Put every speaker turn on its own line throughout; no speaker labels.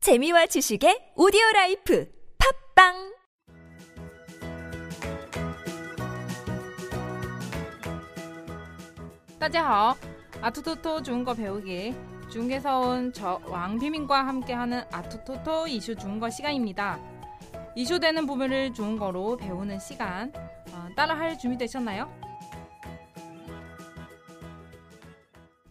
재미와 지식의 오디오 라이프 팝빵
안녕하세요. 아투토토 중국어 배우기. 중국에서 온 저 왕비민과 함께하는 아투토토 이슈 중국어 시간입니다. 이슈되는 부분을 중국어로 배우는 시간. 어, 따라할 준비 되셨나요?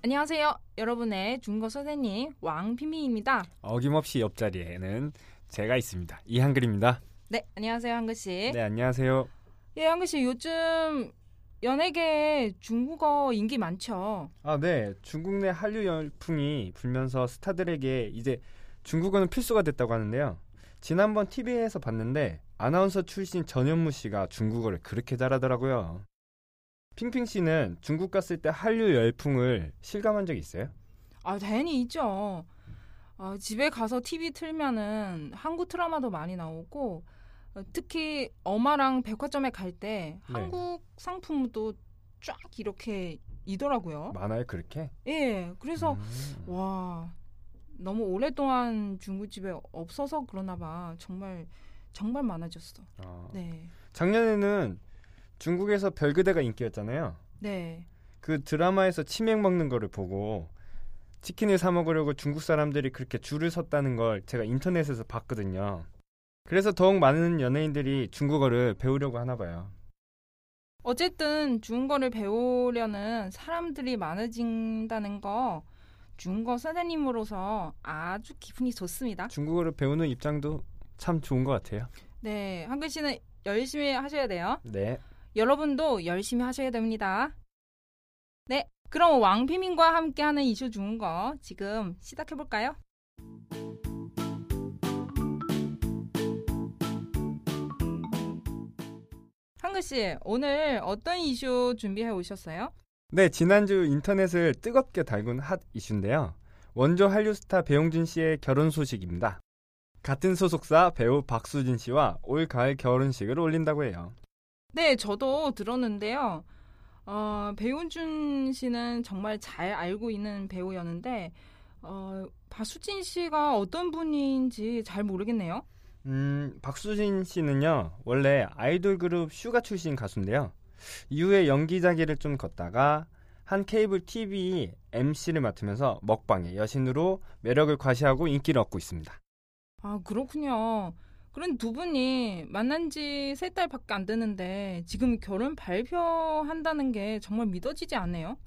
안녕하세요. 여러분의 중국어 선생님 왕비민입니다.
어김없이 옆자리에는 제가 있습니다. 이한글입니다.
네, 안녕하세요 한글 씨.
네, 안녕하세요.
예, 한글 씨 요즘 연예계에 중국어 인기 많죠.
아, 네. 중국 내 한류 열풍이 불면서 스타들에게 이제 중국어는 필수가 됐다고 하는데요. 지난번 TV에서 봤는데 아나운서 출신 전현무 씨가 중국어를 그렇게 잘하더라고요. 핑핑 씨는 중국 갔을 때 한류 열풍을 실감한 적이 있어요?
아, 당연히 있죠. 아, 집에 가서 TV 틀면은 한국 드라마도 많이 나오고 어, 특히 엄마랑 백화점에 갈 때
네.
한국 상품도 쫙 이렇게 이더라고요.
많아요, 그렇게?
예, 어? 그래서
음.
와 너무 오랫동안 중국집에 없어서 그러나 봐. 정말 정말 많아졌어.
어.
네,
작년에는 중국에서 별그대가 인기였잖아요.
네,
그 드라마에서 치맥 먹는 거를 보고 치킨을 사 먹으려고 중국 사람들이 그렇게 줄을 섰다는 걸 제가 인터넷에서 봤거든요. 그래서 더욱 많은 연예인들이 중국어를 배우려고 하나 봐요.
어쨌든 중국어를 배우려는 사람들이 많아진다는 거 중국어 선생님으로서 아주 기분이 좋습니다.
중국어를 배우는 입장도 참 좋은 것 같아요.
네, 한글 씨는 열심히 하셔야 돼요.
네.
여러분도 열심히 하셔야 됩니다. 네, 그럼 왕피민과 함께하는 이슈 중국어 지금 시작해 볼까요? 한글 씨, 오늘 어떤 이슈 준비해 오셨어요?
네, 지난주 인터넷을 뜨겁게 달군 핫 이슈인데요. 원조 한류 스타 배용준 씨의 결혼 소식입니다. 같은 소속사 배우 박수진 씨와 올 가을 결혼식을 올린다고 해요.
네, 저도 들었는데요. 어, 배윤준 씨는 정말 잘 알고 있는 배우였는데, 어, 박수진 씨가 어떤 분인지 잘 모르겠네요.
음, 박수진 씨는요, 원래 아이돌 그룹 슈가 출신 가수인데요. 이후에 연기자기를 좀 걷다가 한 케이블 TV MC를 맡으면서 먹방의 여신으로 매력을 과시하고 인기를 얻고 있습니다.
아, 그렇군요. 그런 두 분이 만난 지 세 달밖에 안 됐는데, 지금 결혼 발표한다는 게 정말 믿어지지 않네요.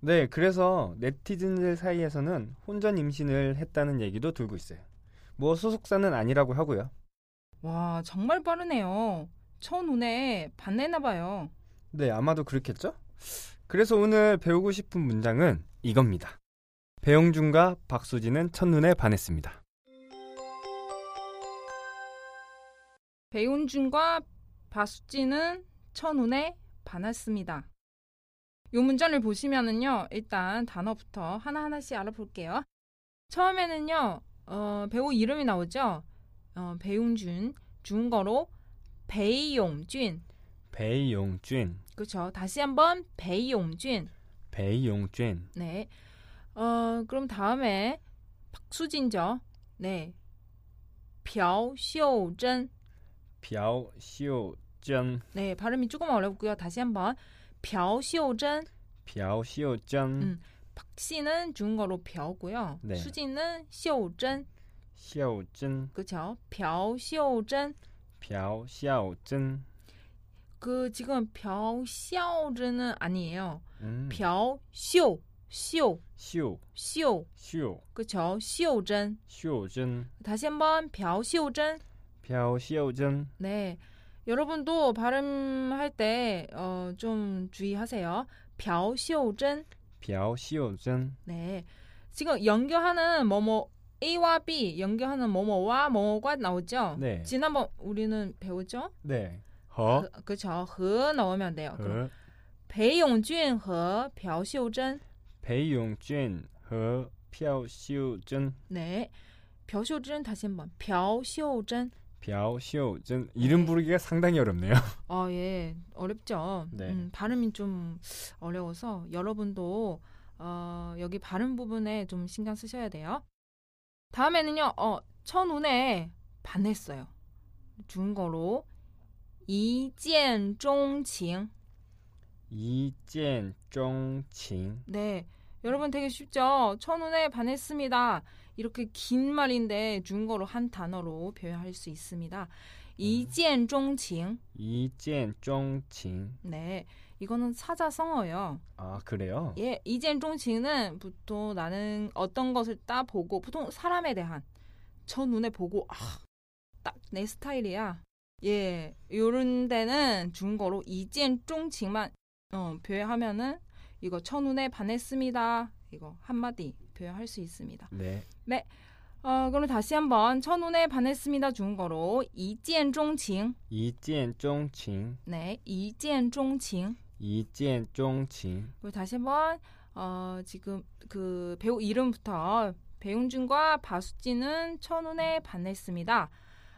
네, 그래서 네티즌들 사이에서는 혼전 임신을 했다는 얘기도 돌고 있어요. 뭐 소속사는 아니라고 하고요.
와, 정말 빠르네요. 첫눈에 반했나 봐요.
네, 아마도 그렇겠죠? 그래서 오늘 배우고 싶은 문장은 이겁니다. 배용준과 박수진은 첫눈에 반했습니다.
배윤준과 박수진은 첫눈에 반했습니다. 이 문장을 보시면은요, 일단 단어부터 하나하나씩 알아볼게요. 처음에는요, 어, 배우 이름이 나오죠. 어, 배윤준, 중거로 배용준.
배용준,
그렇죠. 다시 한번 배용준.
배용준.
네. 어, 그럼 다음에 박수진죠. 네. 벼쇼전.
벼시오전,
네, 발음이 조금 어렵고요. 다시 한번. 벼쇼전.
벼시오전,
음. 박씨는 중국어로 벼고요.
네.
수진은 쇼전.
시오전,
그렇죠. 벼쇼전.
벼시오전.
그 지금 벼쇼전은 아니에요.
음.
벼쇼 쇼.
시오,
쇼.
시오,
그렇죠. 쇼전.
시오전,
다시 한번 벼쇼전.
벼시오전.
네. 여러분도 발음할 때 어 좀 주의하세요. 벼쇼전.
벼시오전,
네. 지금 연결하는 뭐뭐 A와 B 연결하는 뭐뭐와 뭐뭐가 나오죠?
네.
지난번 우리는 배웠죠?
네. 허,
그- 그쵸. 허 넣으면 돼요. 그럼
허,
배용준 허 벼쇼전.
배용준, 허, 벼시오전,
네. 벼쇼전 다시 한번. 벼쇼전.
벼시오전. 이름
네.
부르기가 상당히 어렵네요.
아, 예. 어렵죠?
네.
음, 발음이 좀 어려워서 여러분도 어, 여기 발음 부분에 좀 신경 쓰셔야 돼요. 다음에는요. 어, 천운에 반했어요. 중국어로 이见钟情.
이젠 쫑칭
네. 여러분 되게 쉽죠? 천운에 반했습니다. 이렇게 긴 말인데 중국어로 한 단어로 표현할 수 있습니다. 이见钟情.
이젠 쫑칭
네. 이거는 사자성어예요.
아 그래요?
예, 이젠종칭은 보통 나는 어떤 것을 따 보고 보통 사람에 대한 저 눈에 보고 아, 딱 내 스타일이야. 예, 요런 데는 중국어로 이젠종칭만 어, 표현하면은 이거 첫눈에 반했습니다. 이거 한마디 표현할 수 있습니다.
네
어, 그럼 다시 한번 첫눈에 반했습니다. 중국어로 이젠종칭.
이젠 쫑칭
네, 이젠종칭.
이젠 쫑칭
그리고 다시 한번 어, 지금 그 배우 이름부터 배용준과 바수진은 천운에 반했습니다.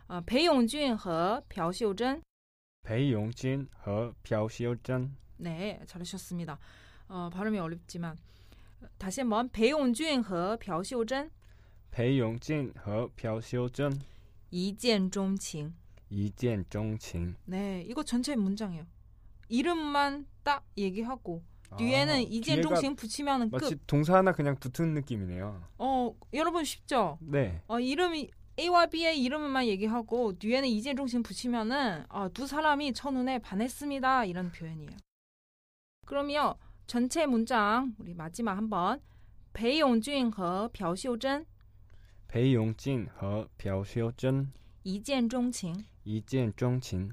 어, 배용준과 벼시오전
배용진 和 벼시오전
네 잘하셨습니다. 어, 발음이 어렵지만 다시 한번 배용준과 벼시오전
배용진 和 벼시오전
이见钟情
이젠 쫑칭
네 이거 전체 문장이에요. 이름만 딱 얘기하고 뒤에는
아, 뒤에가
이见钟情 붙이면 끝.
마치 동사 하나 그냥 붙은 느낌이네요
어 여러분 쉽죠?
네
어, 이름이 A와 B의 이름만 얘기하고 뒤에는 이재종신 붙이면은 아, 두 사람이 첫눈에 반했습니다 이런 표현이에요. 그럼요 전체 문장 우리 마지막 한번 배용준과 벼시오전
배용진 和 벼시오전
이재종칭
이젠 쫑칭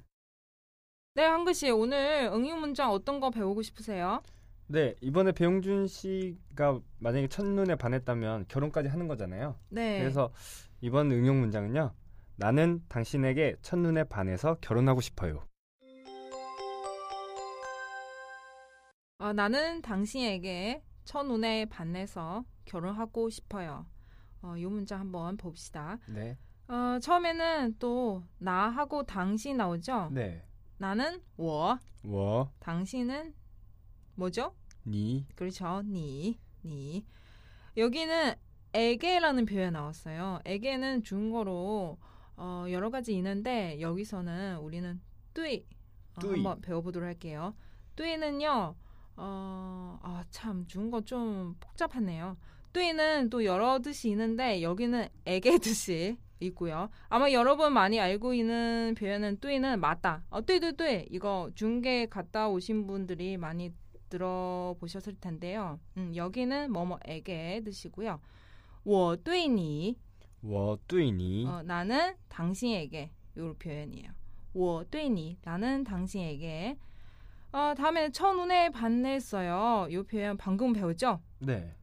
네 한글 씨 오늘 응용 문장 어떤 거 배우고 싶으세요?
네 이번에 배용준 씨가 만약에 첫눈에 반했다면 결혼까지 하는 거잖아요.
네.
그래서 이번 응용 문장은요. 나는 당신에게 첫눈에 반해서 결혼하고 싶어요.
아, 나는 당신에게 첫눈에 반해서 결혼하고 싶어요. 어, 이 문장 한번 봅시다.
네.
어, 처음에는 또 나하고 당신 나오죠?
네.
나는 워,
워,
당신은 뭐죠?
니,
그렇죠. 니, 니. 여기는 에게라는 표현 나왔어요. 에게는 중국어로 어, 여러 가지 있는데 여기서는 우리는 뚜이 어,
뚜이.
한번 배워보도록 할게요. 뚜이는요. 어, 아, 참 중국어 좀 복잡하네요. 뚜이는 또 여러 뜻이 있는데 여기는 에게 뜻이 있고요. 아마 여러분 많이 알고 있는 표현은 뚜이는 맞다. 어, 뚜이 뚜이 뚜이 이거 중계 갔다 오신 분들이 많이 들어보셨을 텐데요. 음, 여기는 뭐뭐에게 드시고요. 我对你,
워, 뚜이니,
어, 나는 당신에게 요 표현이에요. 我对你, 나는 당신에게. 어, 다음에 첫눈에 반했어요. 요 표현 방금 배웠죠?
네.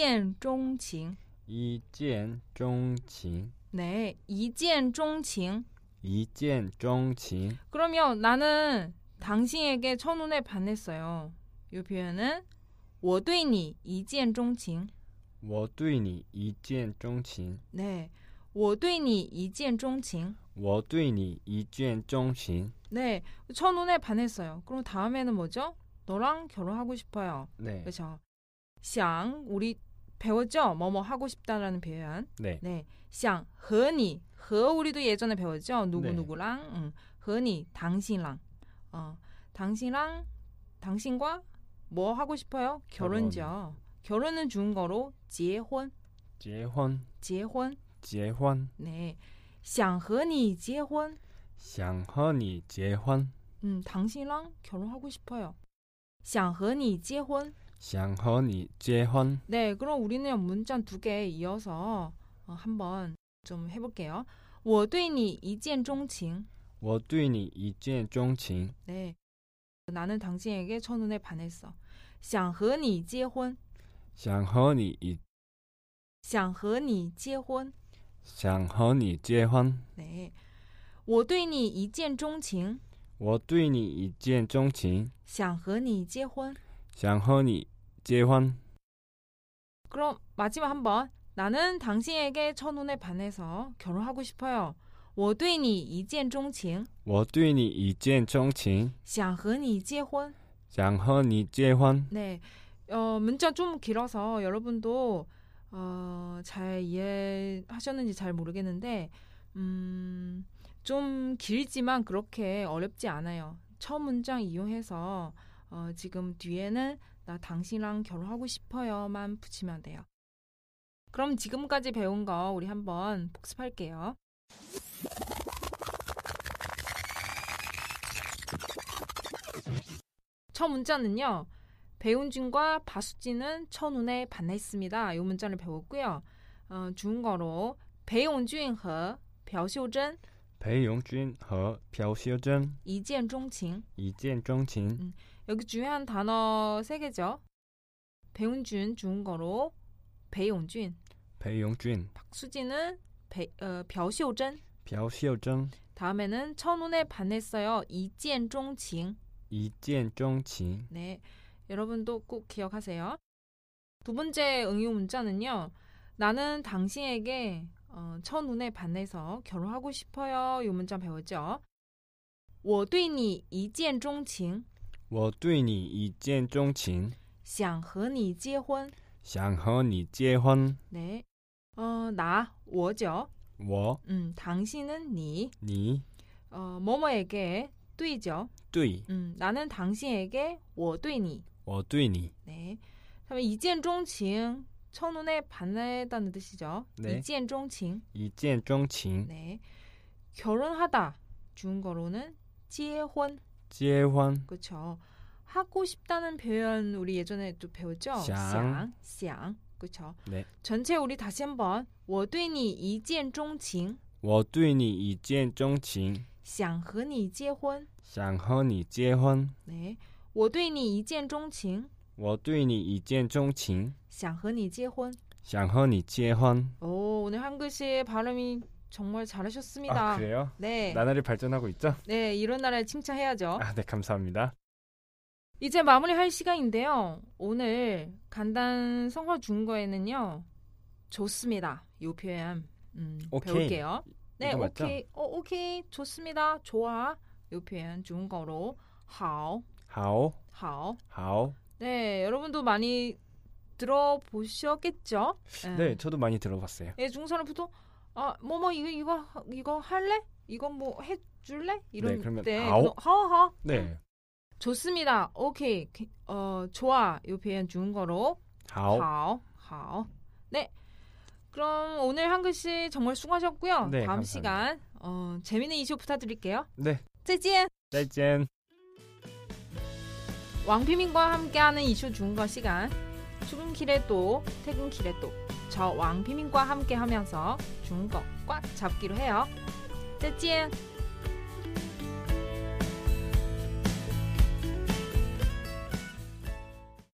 이见钟情.
이젠 쫑칭,
네, 이见钟情.
이젠 쫑칭,
그러면 나는 당신에게 첫눈에 반했어요. 요 표현은 我对你一见钟情.
워, 뚜이니, 이젠 쫑칭,
네, 我对你一见钟情.
워, 뚜이니, 이젠 쫑칭.
네, 첫눈에 반했어요. 그럼 다음에는 뭐죠? 너랑 결혼하고 싶어요.
네.
그렇죠? 想 우리 배웠죠? 뭐뭐 하고 싶다라는 표현.
네.
네, 想和你,和 우리도 예전에 배웠죠? 누구
네.
누구랑, 응. 和你, 당신랑, 어, 당신랑, 당신과 뭐 하고 싶어요? 결혼죠. 결혼은 중국어로 结婚,
结婚,
结婚.
结婚,
네, 想和你结婚.
想和你结婚。
음, 당신이랑 결혼하고 싶어요. 想和你结婚.
想和你结婚，
네, 그럼 우리는 문장 두 개 이어서 어, 한번 좀 해볼게요. 我对你一见钟情.
我对你一见钟情。
네, 나는 당신에게 첫눈에 반했어. 想和你结婚.
想和你一
想和你结婚.
想和你结婚，
네, 我对你一见钟情.
我对你一见钟情。
想和你结婚.
想和你结婚，
그럼 마지막 한번 나는 당신에게 첫눈에 반해서 결혼하고 싶어요. 我对你一见钟情,
我对你一见钟情。
想和你结婚.
想和你结婚，
네, 어, 문자 좀 길어서 여러분도 어, 잘 이해하셨는지 잘 모르겠는데 음, 좀 길지만 그렇게 어렵지 않아요. 첫 문장 이용해서 어, 지금 뒤에는 나 당신이랑 결혼하고 싶어요만 붙이면 돼요. 그럼 지금까지 배운 거 우리 한번 복습할게요. 첫 문자는요. 배운진과 바수진은 첫눈에 반했습니다. 이 문자를 배웠고요. 어, 중국어로 배용준과 表秀珍
배용준, 허, 벼시오전,
이지엔종칭
이지엔 정진,
여기 중요한 단어 세 개죠. 배용준 중국어로 배용준,
배용준,
박수진은 배, 어, 表秀珍
벼시오전,
다음에는 첫눈에 반했어요. 이지엔종칭
이지엔 정진,
네, 여러분도 꼭 기억하세요. 두 번째 응용 문자는요. 나는 당신에게 어, 첫눈에 반해서 결혼하고 싶어요. 이 문자 배웠죠. 我对你一见钟情,想和你结婚.
我对你 이지엔 정진, 想和你结婚,
네. 어, 나, 我죠.
我,
음, 당신은 니.
你,
어, 뭐뭐에게 对죠.
对,
음, 나는 당신에게 我对你.
我对你,
네. 그다음에 이见钟情 첫눈에 반했다는 뜻이죠.
네.
이见钟情.
이지엔 정진,
네. 결혼하다 중국어로는 结婚.
结婚,
그렇죠. 하고 싶다는 표현 우리 예전에 또 배웠죠.
샹.
想,想. 그렇죠.
네.
전체 우리 다시 한번 我对你一见钟情,
我对你一见钟情,
想和你结婚.
想和你结婚,
네. 我对你一见钟情,
我对你一见钟情,
想和你结婚.
想和你结婚.
오, 오늘 한글씨 발음이 정말 잘하셨습니다.
아, 그래요?
네.
啊哦 나날이 발전하고 있죠?
네, 이런 나라에 칭찬해야죠.
아, 네, 감사합니다.
이제 마무리할 시간인데요. 오늘 간단 성어 중거에는요. 좋습니다. 요 표현 음,
오케이.
배울게요. 네,
이거 맞죠?
오케이. 어, 오케이. 좋습니다. 좋아. 요 표현 중거로 하오,
好,
하오.
好.
네, 여러분도 많이 들어보셨겠죠? 네.
네, 저도 많이 들어봤어요.
예, 중사람 보통 아, 뭐뭐 이거 이거 이거 할래? 이거 뭐 해줄래? 이런
네, 그러면
때
하오?
하하
네,
좋습니다. 오케이. 그- 어, 좋아. 요 표현 중거로
好.
好好 네. 그럼 오늘 한글씨 정말 수고하셨고요.
네,
다음
감사합니다.
시간 어, 재미있는 이슈 부탁드릴게요.
네,
再见.
再见.
왕피민과 함께하는 이슈 중거 시간. 출근길에 또 퇴근길에 또 저 왕피민과 함께하면서 중거 꽉 잡기로 해요. 再见.